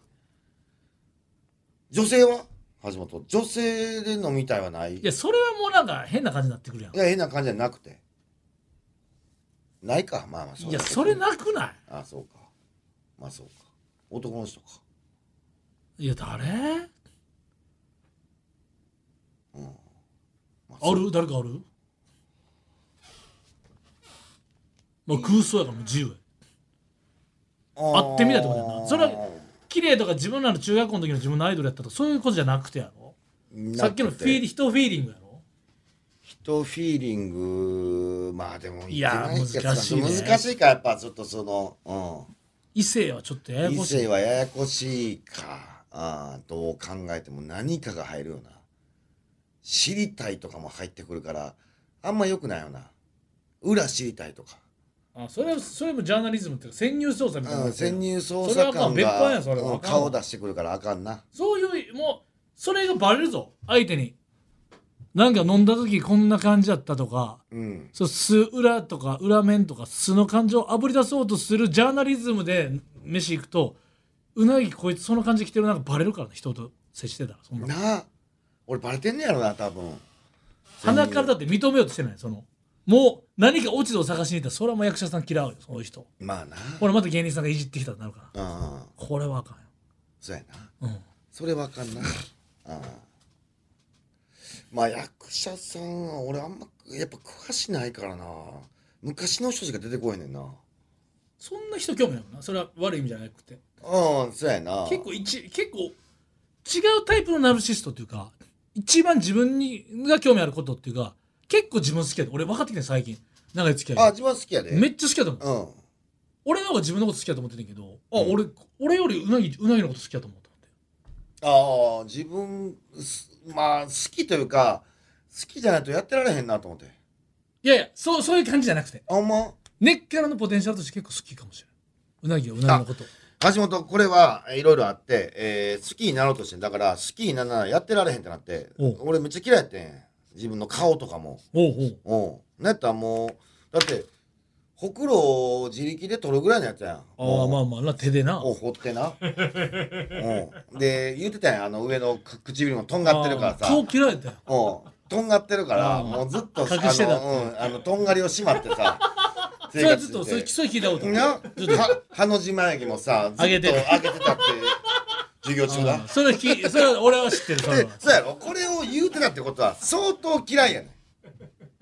S2: 女性は橋本女性で飲みたいはないい
S3: いやそれはもうなんか変な感じになってくるやん
S2: や変な感じじゃなくてないかまあまあ
S3: いやそれなくな
S2: あそうかまあそうか男の人か
S3: いいや誰
S2: ま
S3: ある誰かあるもう空想やからもう自由や
S2: 会
S3: 会ってみたってことやなそれは綺麗とか自分らの中学校の時の自分のアイドルやったとかそういうことじゃなくてやろさっきのフィーリ人フィーリングやろ
S2: 人フィーリングまあでも
S3: いや
S2: 言ってなけど
S3: 難しいね
S2: 難しいかやっぱちょっとその、
S3: 異性はちょっとや
S2: う
S3: や
S2: ん、異
S3: こしい
S2: 性はややこしいかあーどう考えても何かが入るよな知りたいとかも入ってくるからあんま良くないよな裏知りたいとか、
S3: あそれはそれもジャーナリズムっていうか潜入捜査みたいな、
S2: うん、潜入捜
S3: それ
S2: 査
S3: はまあ
S2: 官
S3: 別班やそ
S2: が
S3: れは
S2: うん顔出してくるからあかんな
S3: そういうもうそれがバレるぞ相手になんか飲んだ時こんな感じだったとか
S2: うん
S3: そう素裏とか裏面とか素の感情をあぶり出そうとするジャーナリズムで飯行くとうなぎこいつその感じ来てるなんかバレるからね人と接してたらそんなの
S2: なあ俺バレてんねやろな多分
S3: 鼻からだって認めようとしてないそのもう何か落ち度を探しに行ったらそれはもう役者さん嫌うよそういう人
S2: まあな
S3: これまた芸人さんがいじってきたとなるから
S2: うん
S3: これはあかんよ
S2: そうやな
S3: うん
S2: それわかんなああまあ役者さんは俺あんまやっぱ詳しないからな昔の人しか出てこいねんな
S3: そんな人興味ないもんなそれは悪い意味じゃなくて
S2: うんそうやな
S3: 結構一結構違うタイプのナルシストというか一番自分にが興味あることっていうか結構自分好きやで俺分かってきてん最近長い付き合
S2: あ
S3: い
S2: 自分は好きやで
S3: めっちゃ好きやと思う
S2: うん
S3: 俺の方が自分のこと好きやと思ってたけどあ、
S2: うん
S3: 俺俺よりうなぎうなぎのこと好きやと思うと
S2: あ
S3: 思って
S2: あ自分すまあ好きというか好きじゃないとやってられへんなと思って
S3: いやいやそうそういう感じじゃなくて
S2: あんま
S3: 根っからのポテンシャルとして結構好きかもしれないうなぎはうなぎのこと
S2: 橋本これはいろいろあって、えー好きになろうとしてんだから好きにならないやってられへんってなって
S3: おう
S2: 俺めっちゃ嫌いやってん自分の顔とかも
S3: おうおう
S2: うん。なんやったらもう、だって、ほくろを自力で取るぐらいのやつやん。
S3: ああま
S2: あ。
S3: あまあな手でな
S2: を掘ってな。うん。で、言ってたやん、あの上の唇もとんがってるからさ。
S3: 顔嫌いだよ
S2: うん。とんがってるから、
S3: うん
S2: もうずっと、
S3: 隠してた
S2: あの、うん、あの、とんがりをしまってさ。
S3: それはずっとそれ
S2: て
S3: それ聞いたことある
S2: な
S3: ずっと、
S2: はハの字眉毛もさ、ずっと上
S3: 上げ
S2: げ
S3: て
S2: て
S3: る
S2: たって、授業中
S3: うん
S2: だ。
S3: それきそれは俺は知ってるそれ
S2: で
S3: は、
S2: そうやろ、これを言うてたってことは、相当嫌いやね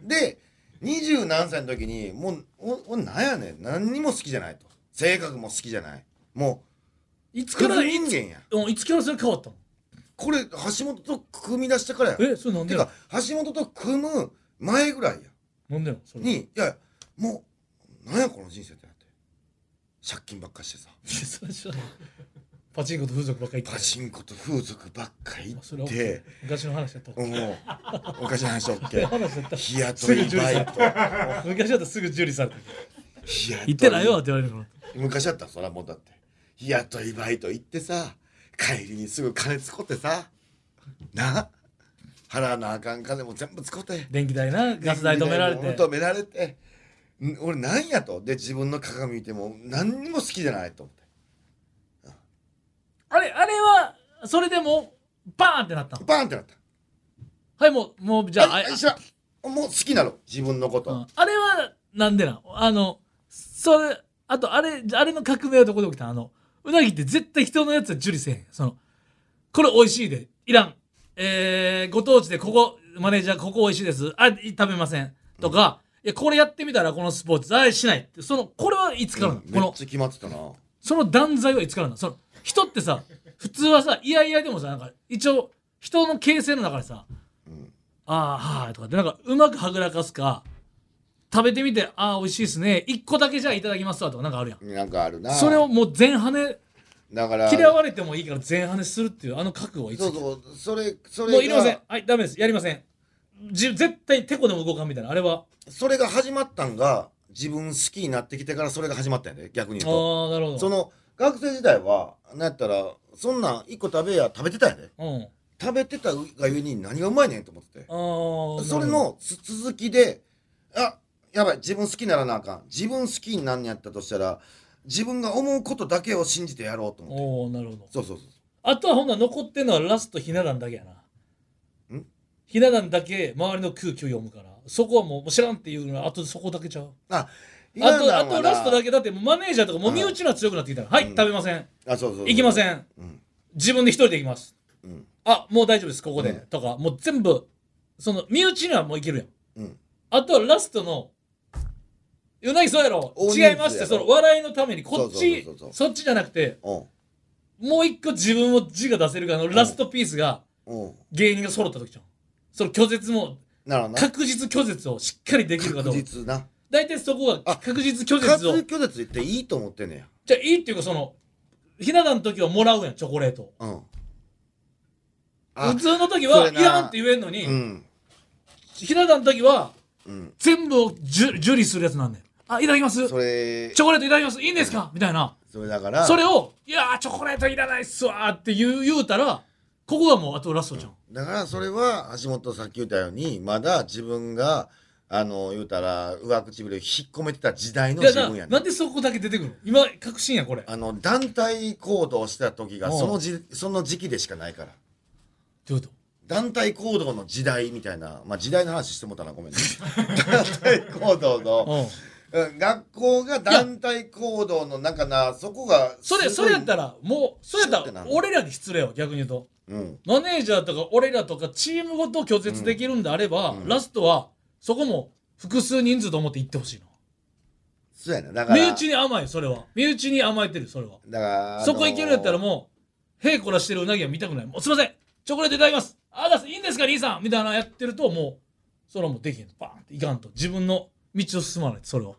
S2: ん。で、二十何歳の時に、もう、お、お、なんやねん、何にも好きじゃないと。性格も好きじゃない。も
S3: いつ
S2: う、ク
S3: から
S2: ズ
S3: い
S2: 人
S3: つ
S2: 間や。
S3: うんいつからそれ変わったの
S2: これ、橋本と組み出してからや。
S3: えそれなんで
S2: て
S3: な
S2: か、橋本と組む前ぐらいや。
S3: なんでなそれ
S2: に、いや、もう、なんやこの人生ってなって。借金ばっかしてさ。
S3: いやそれ知らない パチンコと風俗ばっかり行っ
S2: パ
S3: てた
S2: チンコと風俗ばっか行
S3: それ
S2: っ
S3: は
S2: て、
S3: 昔の話だった
S2: うん、おかしな話オッケー。
S3: 話だった
S2: 日雇いバイト。
S3: 昔だったらすぐ受理された
S2: 日雇い
S3: 行ってないよって言われるから
S2: 昔だったらそらもうだって日雇いバイト行ってさ帰りにすぐ金使ってさな払わなあかん金も全部使って
S3: 電気代なガス代止められ
S2: 電気
S3: て
S2: 代も止められてん俺なんやとで自分の鏡見ても何にも好きじゃないと思っ
S3: あれあれはそれでもバーンってなった
S2: て
S3: の
S2: バーンってなった
S3: はいもうもうじゃああ
S2: あいしらもう好きなの自分のこ
S3: うん
S2: と、
S3: あれはなんでなんあのそれあとあれあれの革命はどこで起きたんあのうなぎって絶対人のやつは受理せえへんそのこれ美味しいでいらんえー、ご当地でここマネージャーここ美味しいですあい食べませんとか、いやこれやってみたらこのスポーツあれしないってそのこれはいつからなの、
S2: うん
S3: こ
S2: めっ
S3: の
S2: ちゃ決まってたな
S3: その断罪はいつからなのその人ってさ普通はさいやいやでもさなんか一応人の形成の中でさ
S2: うん
S3: あーはーとかってなんかうまくはぐらかすか食べてみてああ美味しいですね一個だけじゃあいただきますわとかなんかあるやん
S2: なんかあるな
S3: それをもう全跳ね
S2: だから
S3: 嫌われてもいいから全跳ねするっていうあの覚悟はいつ
S2: そうそうそれそれ
S3: もういりません
S2: が
S3: はいダメですやりませんじ絶対てこでも動かんみたいなあれは
S2: それが始まったんが自分好きになってきてからそれが始まったんやで逆に
S3: ああ
S2: 言うと
S3: ーなるほど
S2: その学生時代はなんやったらそんなん一個食べや食べてたんやで
S3: うん
S2: 食べてたがゆえに何がうまいねんと思ってて
S3: あー
S2: それ
S3: なるほ
S2: のつ続きであやばい自分好きにならなあかん自分好きになんねやったとしたら自分が思うことだけを信じてやろうと
S3: ど
S2: 思って
S3: おおなるほど
S2: そうそうそう
S3: あとはほんなら残ってんのはラストひな壇だけやなんひな壇だけ周りの空気を読むからそこはもうもう知らんっていうのはあとそこだけちゃうあとあとラストだ
S2: け
S3: けだってもうマネージャーとかもう身内のは強くなってきたら、は
S2: う
S3: い、
S2: ん
S3: 食べません
S2: あそうそうそう
S3: 行きません
S2: うん
S3: 自分で一人で行きます
S2: うん
S3: あもう大丈夫ですここで、
S2: うん
S3: とかもう全部その身内にはもういけるやん
S2: うん
S3: あとはラストの「うなぎそうやろ
S2: 大人数
S3: 違います」って
S2: やろ
S3: その笑いのためにこっち
S2: そうそうそうそう
S3: そっちじゃなくて
S2: おう
S3: もう一個自分を字が出せるからのラストピースが
S2: おう
S3: 芸人が揃った時じゃんその拒絶も
S2: なるほどな
S3: 確実拒絶をしっかりできるかど
S2: 確
S3: うか
S2: 実な
S3: 大体そこが
S2: あ
S3: 確実拒
S2: 確
S3: 絶
S2: 実拒
S3: を
S2: 絶っていいと思ってんね
S3: じゃあいいっていうかそのひな壇の時はもらうやんチョコレートを
S2: やうんあ
S3: 普通の時
S2: そ
S3: は
S2: れ
S3: い
S2: な
S3: らんって言えんのに、
S2: うん
S3: ひな壇の時は
S2: うん
S3: 全部をじゅ受理するやつなんであいただきますチ
S2: それ
S3: ョコレートいただきますいいんですかみたいな
S2: それだから
S3: それを「いやーチョコレートいらないっすわ」って言う言うたらここがもうあとラストじゃん、
S2: だからそれは橋本さっき言ったようにまだ自分があの言うたら上唇を引っ込めてた時代の
S3: いや
S2: 自
S3: な
S2: 分やね
S3: なんでそこだけ出てくるの今確信やこれど
S2: あの団体行動してた時が
S3: うん
S2: そのじその時期でしかないから
S3: ういうこと
S2: 団体行動の時代みたいなまあ時代の話してもうたなご めんね団体行動の
S3: うん
S2: うん学校が団体行動の中なそこが
S3: それ
S2: す
S3: そ
S2: ごい
S3: れやったらもうそれや
S2: シュ
S3: っ
S2: ッ
S3: た
S2: てな
S3: ら
S2: る
S3: 俺らに失礼よ逆に言うと
S2: うん
S3: マネージャーとか俺らとかチームごと拒絶できるんであれば、
S2: うん
S3: ラストはそこも複数人数と思って行ってほしい
S2: そうやなだか
S3: な
S2: ら
S3: 身内に甘いそれは身内に甘えてるそれは
S2: だから
S3: そこ行けるやったら
S2: う
S3: もう、へいこらしてるうなぎは見たくない。もうすいません、チョコレートいただきます。あだす、いいんですか、兄さんみたいなのやってると、もう、それはもうできへん。バーンっていかんと。自分の道を進まない、それを。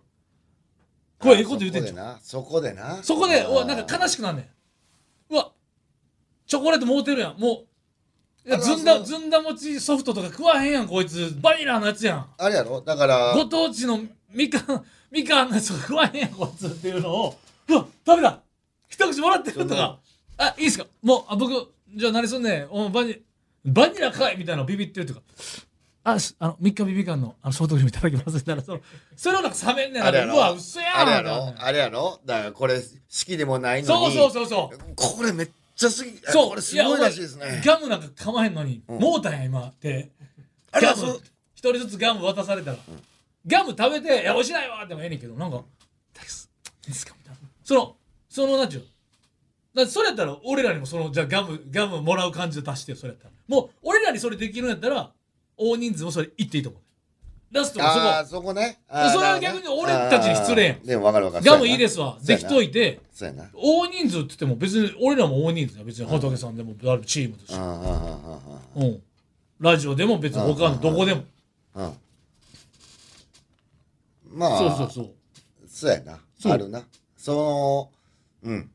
S3: これ、ええこと言うてんじゃん。
S2: そこでな
S3: そ
S2: そ
S3: こ
S2: こ
S3: で
S2: でな、
S3: うわ、なんか悲しくなんねん。うわ、チョコレートもうてるやん。もう、いや
S2: あ
S3: ずんだ、
S2: そう
S3: ずんだ餅ソフトとか食わへんやん、こいつ。バニラのやつやん。
S2: あれやろだから
S3: ご当地のみかん、 みかんのやつが食わへんやん、こいつっていうのを、うわ、食べた一口もらってると
S2: そんな
S3: か、あ、いいっすかもう、あ僕、じゃあ何すんねん、おバニバニラかいみたいなのビビってるというか、あ、すあの、3日ビビかんのあのソフトクリームいただきます みたいな、その、それをなんか冷めんねん、
S2: あれや
S3: う
S2: ろ
S3: わ、嘘やん
S2: あれや
S3: みた
S2: ろ
S3: いな
S2: あれやろだからこれ好きでもないの
S3: そう
S2: に
S3: そうそうそう。
S2: これめっちゃ好きあ
S3: そう
S2: これすごいらしいです
S3: や
S2: ね
S3: お前ガムなんか噛まへんのに、
S2: うん
S3: もうたんや今って
S2: あれ
S3: ガ
S2: は
S3: ム
S2: そう
S3: 一人ずつガム渡されたら、ガム食べて「いやおしないわ」でもええねんけどなんか「大すいいですか?」みたいなそのその何ちゅうだってそれやったら俺らにもそのじゃあガムガムもらう感じで出してよそれやったらもう俺らにそれできるんやったら大人数もそれ言っていいと思うラストもそこ
S2: あーそこねあー
S3: それ
S2: な
S3: は
S2: るほどね
S3: 逆に俺たちに失礼やん
S2: あーでも分かる分かる
S3: ガムいいですわ
S2: そう
S3: で
S2: や
S3: き
S2: な
S3: といて
S2: そうやなそう
S3: 大人数って言っても別に俺らも大人数や別に仏さんでもあるチームとして
S2: やなうんうんうんうん
S3: うん、ラジオでも別に他のどこでも、
S2: うんうんまあ
S3: そうそうそう
S2: そうやな
S3: そう
S2: あるなそのうん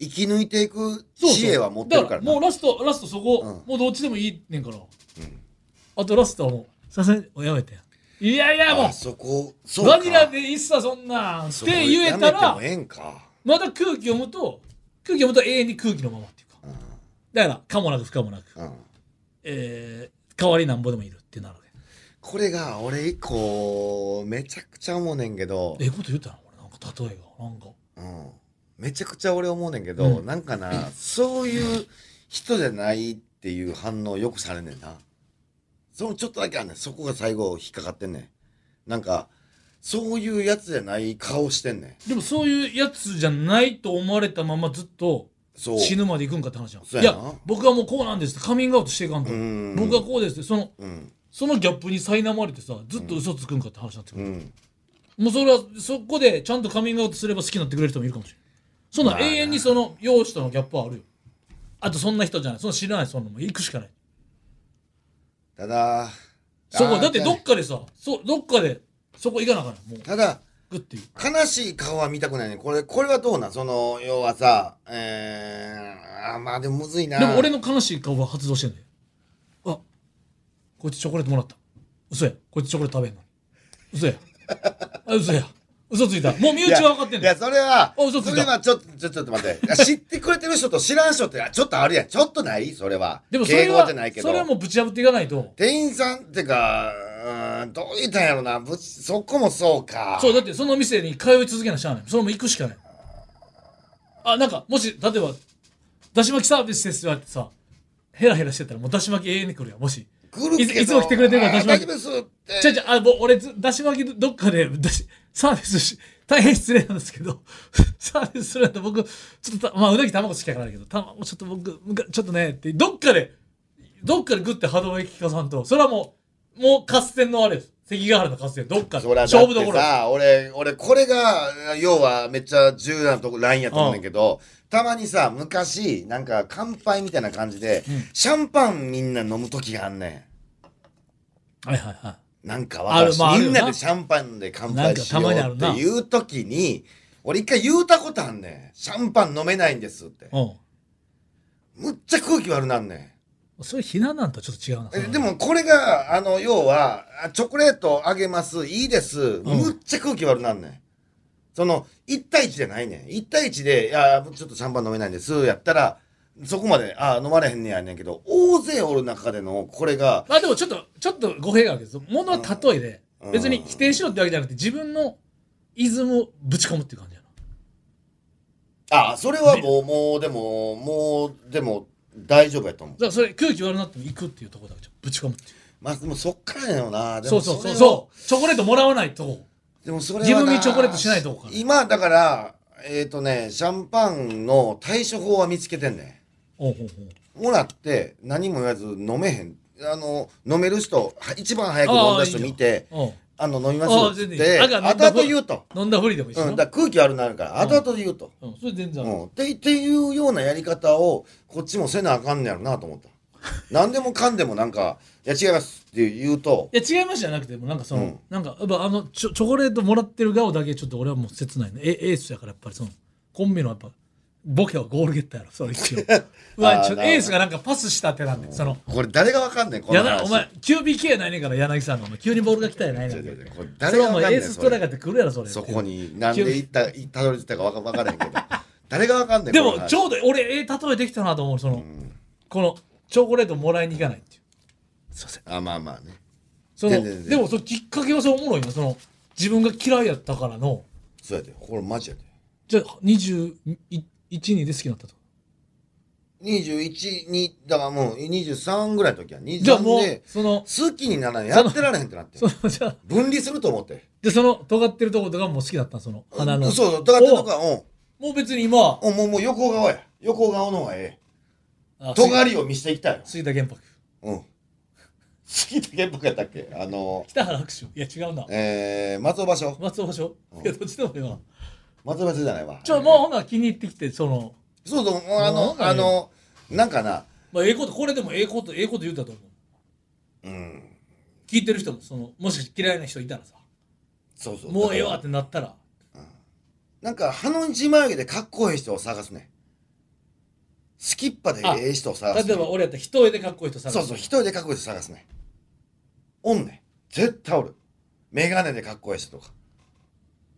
S2: 生き抜いていく
S3: そうそう
S2: 知恵は持ってるから
S3: だか
S2: な
S3: らもうラストラストそこ、
S2: うん
S3: もうどっちでもいいねんから、あとラストはもうさすがにやめていやいやも
S2: あそこ
S3: う
S2: そうか
S3: バニラでいっさそんなんって
S2: そこ
S3: 言
S2: や
S3: えた
S2: めて
S3: ら
S2: もええんか
S3: また空気読むと空気読むと永遠に空気のままっていうかだからかもなく不可もなく、
S2: うんうん
S3: えー、代わりなんぼでもいるってなるわけ
S2: これが俺以降めちゃくちゃ思うねんけど、
S3: ええこと言ったな俺なんか例えがなんか
S2: うん、めちゃくちゃ俺思うねんけど、
S3: うん
S2: なんかなそういう人じゃないっていう反応よくされんねんなそのちょっとだけあんねんそこが最後引っかかってんねんなんかそういうやつじゃない顔してんねん
S3: でもそういうやつじゃないと思われたままずっと
S2: そう
S3: 死ぬまで行くんかって話じゃん。
S2: そう
S3: い
S2: やな
S3: や、僕はもうこうなんですって、カミングアウトしていかんと
S2: う。ん
S3: 僕はこうですって、その、
S2: うん
S3: そのギャップに苛まれてさ、ずっと嘘つくんかって話になってく
S2: う
S3: る。
S2: ん
S3: もうそれは、そこでちゃんとカミングアウトすれば好きになってくれる人もいるかもしれない。そんな
S2: まあな
S3: 永遠にその容姿とのギャップはあるよ。あとそんな人じゃない、その知らない、そんなもう行くしかない。
S2: ただ
S3: そこ、
S2: あー
S3: だって
S2: じゃあ
S3: どっかでさ、そう、どっかで、そこ行かなあかんねんもう、
S2: ただ
S3: グッていう。
S2: 悲しい顔は見たくないねんこれこれはどうなんその要はさえー、あーまあでもむずいな
S3: でも俺の悲しい顔は発動してんだよ。あこいつチョコレートもらった。嘘や。こいつチョコレート食べへんのに。嘘や。あ嘘や。嘘ついた。もう身
S2: い
S3: 内
S2: や
S3: は分かってん
S2: い
S3: だ
S2: や、
S3: よ。
S2: それは、
S3: あ嘘ついた
S2: それはちょっと、ちょちょっと待って。いや知ってくれてる人と知らん人って、ちょっとあるやん。ちょっとないそれは。
S3: でもそれ
S2: 敬語
S3: は、
S2: じゃないけど。
S3: それはもうぶち破っていかないと。
S2: 店員さんってか、うーん、どう言ったんやろな。ぶちそこもそうか。
S3: そう、だってその店に通い続けなしゃあない。それも行くしかない。あ、なんか、もし、例えば、だし巻きサービスですよってさ、ヘラヘラしてたらもうだし巻き永遠に来るやん。もし。
S2: 来るけど
S3: いついつも来てくれてるから
S2: あー
S3: 私も
S2: 大丈夫ですって。
S3: じゃじゃあ、もう俺ず、出し巻きどっかで、出し、サービスし、大変失礼なんですけど、 サービスするなんて僕、ちょっとた、まあ、うなぎ卵しかやからないけど、卵ちょっと僕、むかちょっとね、って、どっかで、どっかでグッて波動液聞かさんと、それはもう、もう合戦のあれです。関ヶ原の合戦、どっかで。
S2: そら
S3: 勝
S2: だっ
S3: 負どこ
S2: て
S3: ろ。
S2: さ、俺、俺、これが、要はめっちゃ重要なとこ、ラインやと思うねんだけど、たまにさ、昔、なんか乾杯みたいな感じで、シャンパンみんな飲む時があんねん。
S3: はいはいはい
S2: なんか
S3: ある
S2: 私、
S3: まあある
S2: み
S3: よ
S2: ん
S3: な
S2: なでシャンパンで乾杯しよう
S3: なんかたまにあ
S2: っ
S3: るな
S2: ていう時に俺一回言うたことあんねんシャンパン飲めないんですって
S3: う
S2: むっちゃ空気悪なんねん
S3: んそれ避難なんとちょっと違うな
S2: えでもこれがあの要はあチョコレートあげますいいです
S3: ん
S2: むっちゃ空気悪なんねん、その1対1じゃないねん1対1で「いやちょっとシャンパン飲めないんです」やったらそこまで「あ飲まれへんねや」ねんけど大勢おる中でのこれが
S3: まあでもちょっとちょっと語弊があるけどものは例えで
S2: うん
S3: 別に否定しろってわけじゃなくて自分のイズムをぶち込むっていう感じやな
S2: あそれはもうもうでももうでも大丈夫やと思う
S3: だからそれ空気悪くなっても行くっていうところだけちょっとぶち込むっていう
S2: まあでもそっからやよなで
S3: そ
S2: も
S3: うそうそう
S2: れを
S3: そうチョコレートもらわないとこ
S2: でもそれは
S3: 自分に
S2: な
S3: チョコレートしないとこから
S2: 今だからえっ、とねシャンパンの対処法は見つけてんねん
S3: おうおうおう
S2: もらって何も言わず飲めへんあの飲める人は一番早く飲んだ人見て
S3: おう
S2: あの飲みますよっつって
S3: あ全然いいあ
S2: 後々言うと、
S3: 飲んだふりでもいいしな
S2: うん、だから空気悪くなるから
S3: うん
S2: 後々言うと、
S3: うんそれ全
S2: う
S3: 然ある
S2: んってっていうようなやり方をこっちもせなあかんねやろなと思 った何でもかんでもなんか「いや違います」って言うと
S3: いや違いますじゃなくてもなんかその、
S2: うん
S3: なんかやっぱあのチョチョコレートもらってる顔だけちょっと俺はもう切ないねえエースやからやっぱりそのコンビのやっぱボケはゴールゲッターやろそれ 一応うわ
S2: あー
S3: ちょ
S2: なるほど
S3: エースがなんかパスしたってなんでその
S2: これ誰がわかんねんこの
S3: やだ
S2: 話
S3: お前 QBK やないねんから柳さんのお前急にボールが来たやないねん
S2: 違う違う違うこれ
S3: そ
S2: 誰
S3: れ
S2: が
S3: は
S2: わ
S3: も
S2: か
S3: うんエ
S2: ねん
S3: ースス
S2: そ
S3: トライ
S2: れ
S3: カーって来るやろそれ
S2: そこになんで行 ったいたどり着いたかわかわからへんけど誰がわかんねん
S3: で
S2: この
S3: も
S2: 話
S3: ちょうど俺ええ例えできたなと思うその、
S2: ん
S3: このチョコレートもらいに行かないっていうすいません
S2: あまあまあね
S3: その
S2: 全然全然
S3: でもそのきっかけはそうおもろいなその自分が嫌いやったからの
S2: そうやでこれマジやで
S3: じゃあ21人で好きになったと
S2: 21にだからもう23ぐらいの時は
S3: じゃあも
S2: 23
S3: う
S2: で
S3: その
S2: 好きにならないやってられへんってなって
S3: そのじゃあ
S2: 分離すると思って
S3: でその尖ってるとことかも好きだったのその鼻の
S2: そうそうだからとかうん
S3: もう別に今は
S2: うんもうもう横顔や横顔の方がえ
S3: あ
S2: え尖りを見せていきたいよ
S3: 杉田玄白
S2: うん好きだけばっかやったっけあの
S3: 北原白秋いや違うな
S2: えー、松尾芭蕉
S3: 松尾芭蕉
S2: うん
S3: いやどっちでもいいわ
S2: 松尾芭蕉じゃないわ
S3: ちょもうほんなら気に入ってきてその
S2: そうそうあ
S3: も
S2: の
S3: うなんかね
S2: あのなんかな
S3: まあええことこれでもええことええこと言うたと思う
S2: うん
S3: 聞いてる人もそのもしかして嫌いな人いたらさ
S2: そうそう
S3: もうええわってなったら
S2: なんかハの字眉毛でかっこいい人を探すねスキッパでええ人を探す、ね、
S3: 例えば俺やったら一重でかっこいい人さ
S2: そうそう、一人でかっこいい人探すね。おんね。絶対おる。メガネでかっこいい人とか。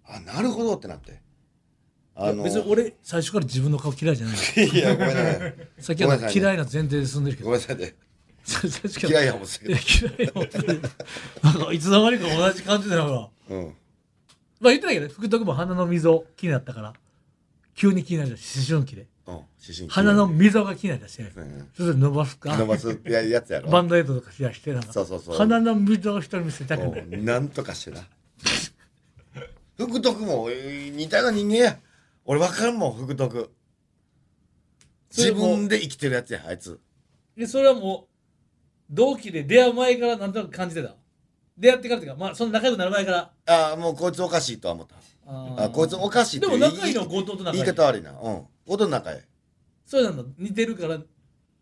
S2: あ、なるほどってなって。あの、
S3: 別に俺最初から自分の顔嫌いじゃない
S2: いや、ごめんなさい。
S3: さっきは嫌いな前提で進んでるけ
S2: ごめ
S3: ど
S2: んなさいね。
S3: 最初から
S2: 嫌いやもんすけど
S3: いや。嫌いよなんかいつの間にか同じ感じでなんか
S2: うん。
S3: まあ言ってないけど福徳も鼻の溝気になったから急に気になりだし思春期で
S2: うん。思春期
S3: 鼻の。溝が気になりだしてね
S2: うん
S3: それで伸ばすか
S2: 伸ば すややつやろ。
S3: バンドエイドとか冷やしてなんか
S2: そうそうそう
S3: 鼻の溝を人に見せたくない
S2: うんなんとかしてな。福徳もえー似たような人間や。俺わかるもん、福徳。
S3: それ
S2: 自
S3: も
S2: 分で生きてるやつや、あいつ。
S3: でそれはもう同期で出会う前からなんとなく感じてた出会ってからっていうかまあその仲良くなる前から
S2: ああ、もうこいつおかしいとは思った。
S3: あー
S2: あ、こいつおかしいって
S3: でも仲いいのは後藤と仲いい
S2: 言い方悪いな。うん。音の中へ。
S3: そうなんだ似てるから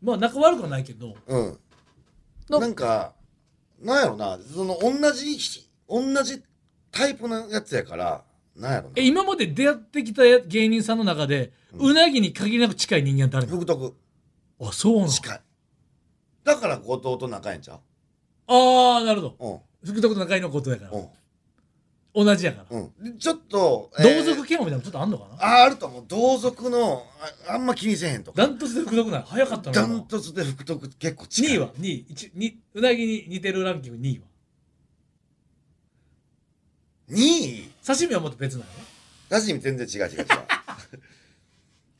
S3: まあ仲悪くはないけど
S2: うん。
S3: な
S2: なんか、なんやろな、その同じひ、同じタイプのやつやから、なんやろ
S3: え
S2: な。
S3: 今まで出会ってきたや芸人さんの中で、う
S2: うん
S3: なぎに限りなく近い人間は誰なの
S2: 福徳、
S3: あそうなの
S2: 近い。だから後藤と仲いいんちゃ
S3: ああなるほど
S2: う
S3: 福徳と仲いいのことやから、
S2: うん。
S3: 同じやから、
S2: うん。うん。でちょっと、
S3: 同族
S2: えー
S3: 嫌悪みたいなのちょっとあんのかな
S2: あ、あると思う。同族の、ああんま気にせえへんとか。
S3: ダントツで福徳なの早かったの
S2: ダントツで福徳結構近い。
S3: 2位は2位一二うなぎに似てるランキング2位は
S2: ?2 位
S3: 刺身はもっと別なのね
S2: ラジミ全然違う違う違 う。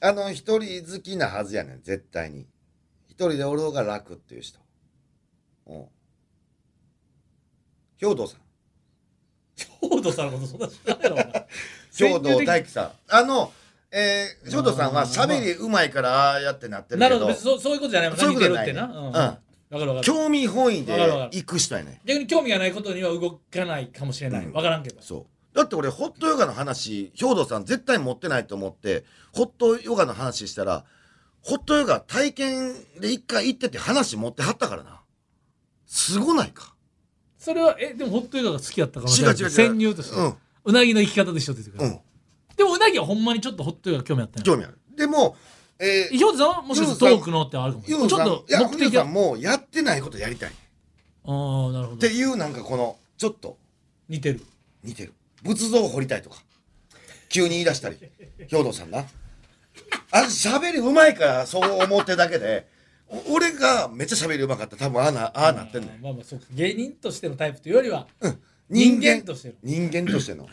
S2: あの、一人好きなはずやねん、絶対に。一人でおる方が楽っていう人。うん。兵藤さん。
S3: 兵藤さんのことそんな知らないの
S2: 兵藤
S3: 大
S2: 大樹さん。あの、えー、兵藤さんは喋りうまいからああやってなってる
S3: な
S2: け
S3: る
S2: ど、
S3: ほど別にそうそういうことじゃないもんな
S2: そういう
S3: 似
S2: こ
S3: て
S2: と
S3: る
S2: じゃ
S3: っ
S2: ないね
S3: てなうん、
S2: うん
S3: わかるわかる
S2: 興味本位で
S3: わかるわかる
S2: 行く人やねん。
S3: 逆に興味がないことには動かないかもしれない、わ
S2: うん
S3: からんけど
S2: そう。だって俺、ホットヨガの話、兵藤さん絶対持ってないと思って、ホットヨガの話したら、ホットヨガ体験で一回行ってて話持ってはったからな。すごないか。
S3: それはえでもホット映画が好きだったかもし
S2: 違
S3: れ
S2: う
S3: な
S2: 違
S3: い
S2: う違う
S3: 潜入として、
S2: うん
S3: うなぎの生き方でしょって言ってく
S2: う
S3: れた
S2: ん
S3: でもうなぎはほんまにちょっとホット映画興味あったんや
S2: 興味あるでもえー
S3: ひょうてさんはもしかしたらトークのってあるかもち
S2: ユ
S3: ょ
S2: ウ
S3: っ
S2: さん
S3: と
S2: いや
S3: 目
S2: ユウ
S3: 的
S2: さ
S3: が
S2: んもやってないことやりたいっ
S3: ああなるほど
S2: ていうなんかこのちょっと
S3: 似てる
S2: 似てる仏像を掘りたいとか急に言い出したり兵藤さんなあ喋りうまいからそう思ってだけでお俺がめっちゃ喋りうまかったら多分ああなああなってんね
S3: あ
S2: ん
S3: ーまあまあそうか芸人としてのタイプというよりは、
S2: 人
S3: 人間
S2: 間
S3: としての
S2: 人間としての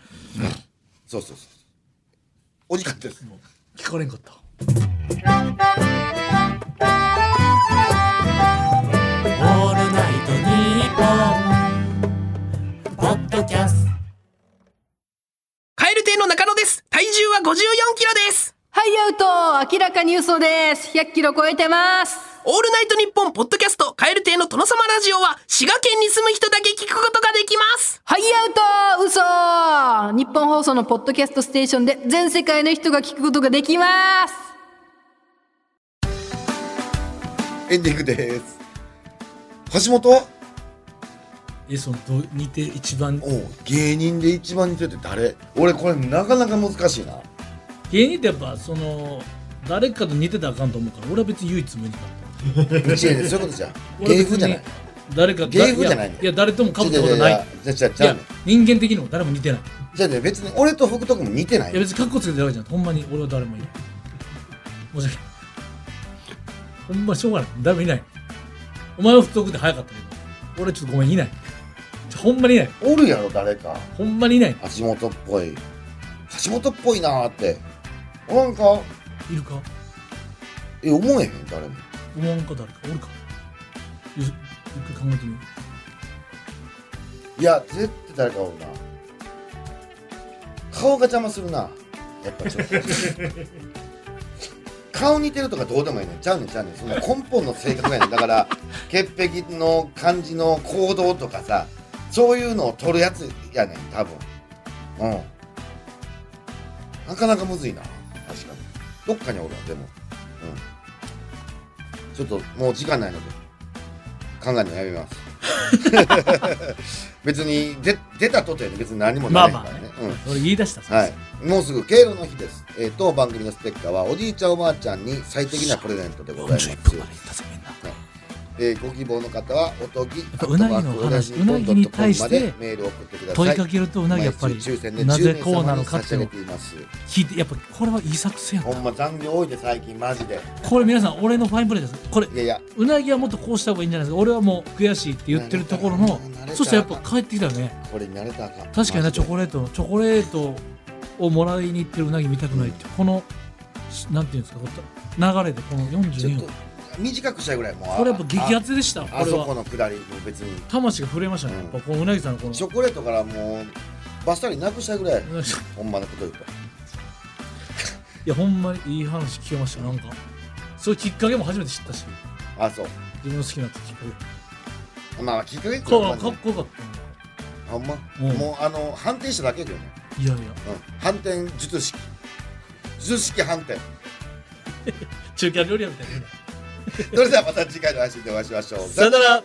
S2: そうそうそうお時間です
S3: もう聞こえんかった
S4: オールナイトニッポン」ポッドキャスト
S5: カエル亭の中野です。体重は54キロです。
S6: ハイアウト明らかに嘘です。100キロ超えてます。
S5: オールナイトニッポンポッドキャスト、カエル亭の殿様ラジオは、滋賀県に住む人だけ聞くことができます。
S6: ハイアウト嘘日本放送のポッドキャストステーションで全世界の人が聞くことができます。
S2: エンディングです橋本は
S3: えそのどう似て一番
S2: おう芸人で一番似てるって誰俺これなかなか難しいな
S3: 芸人ってやっぱその誰かと似てたらあかんと思うから俺は別に唯一無二だ
S2: 違う違うそういうことじゃ ん芸風じゃない
S3: 誰か
S2: 芸風じゃないね
S3: やや誰ともかぶったこ
S2: 違
S3: と
S2: う違う
S3: ないい
S2: 違うじゃじゃ
S3: や人間的にも誰も似てないい
S2: じゃあね別に俺と福徳も似てない
S3: や別に格好つけてるわけじゃないほんまに俺は誰もいない申し訳ないほんましょうがない誰もいないお前は太くて早かったけど俺ちょっとごめんいないちょほんまにいない
S2: おるやろ誰か
S3: ほんまにいない
S2: 橋本っぽい橋本っぽいなーっておらんか
S3: いるか
S2: え思えへん誰も
S3: 思わんか誰かおるかよし一回考えてみよう
S2: いや絶対誰かおるな顔が邪魔するなやっぱちょっと顔似てるとかどうでもいいねんちゃうねんちゃうねんその根本の性格やねんだから潔癖の感じの行動とかさそういうのを取るやつやねん多分うんなかなかむずいな確かにどっかにおるわでもうんちょっともう時間ないので考えるのやめます 別にで出たとて別に何も
S3: ま
S2: な
S3: あ
S2: いか
S3: まあ
S2: ら
S3: ね
S2: ね、うん、
S3: 俺言い出したそう
S2: は
S3: です
S2: い、もうすぐ敬老の日です、えー、当番組のステッカーはおじいちゃんおばあちゃんに最適なプレゼントでございます
S3: 41、分まで行ったぜみんな
S2: えーご希望の方はおとぎ
S3: ぱうなぎの話うなぎに対して
S2: メールを送ってください
S3: 問いかけるとうなぎやっぱり
S2: 毎週抽選で
S3: なぜ
S2: 10名様に
S3: こうなのかって
S2: 差し
S3: いう
S2: 上
S3: の
S2: げて
S3: を
S2: います
S3: 聞いてやっぱこれはいい作戦や
S2: ほんま残業多いで最近マジで
S3: これ皆さん俺のファインプレーですこれ
S2: いやいや
S3: うなぎはもっとこうした方がいいんじゃないですか俺はもう悔しいって言ってるところ
S2: 慣れ
S3: の
S2: た慣れた
S3: そしたらやっぱ帰ってきたよね
S2: これに慣れたらあかん
S3: 確かになチョコ
S2: レ
S3: レートのチョコレートをもらいに行ってるうなぎ見たくないってこのしなんていうんですかこの流れでこの
S2: ちょっ
S3: 42
S2: と
S3: を
S2: 短くしたいぐらいもうあ
S3: これやっぱ激アツでした
S2: ああ
S3: これ
S2: そこ
S3: は
S2: のくだりも別に
S3: 魂が震えましたねやっぱこのうなぎさんのこの
S2: チョコレートからもうバッサリなくしたいぐらい
S3: うん
S2: ほんまのこと言うと
S3: いやほんまにいい話聞けましたなんかそういうきっかけも初めて知ったし
S2: あそう
S3: 自分の好きなきっか
S2: まあきっかけって
S3: け
S2: いう
S3: か
S2: は
S3: かっこよかっ
S2: ほんま、
S3: うん
S2: もうあの反転しただけだよね、
S3: たないやいや
S2: うん、反転術式術式反転
S3: 中華料理屋みたいな
S2: それではまた次回の配信でお会いしましょう
S3: さよなら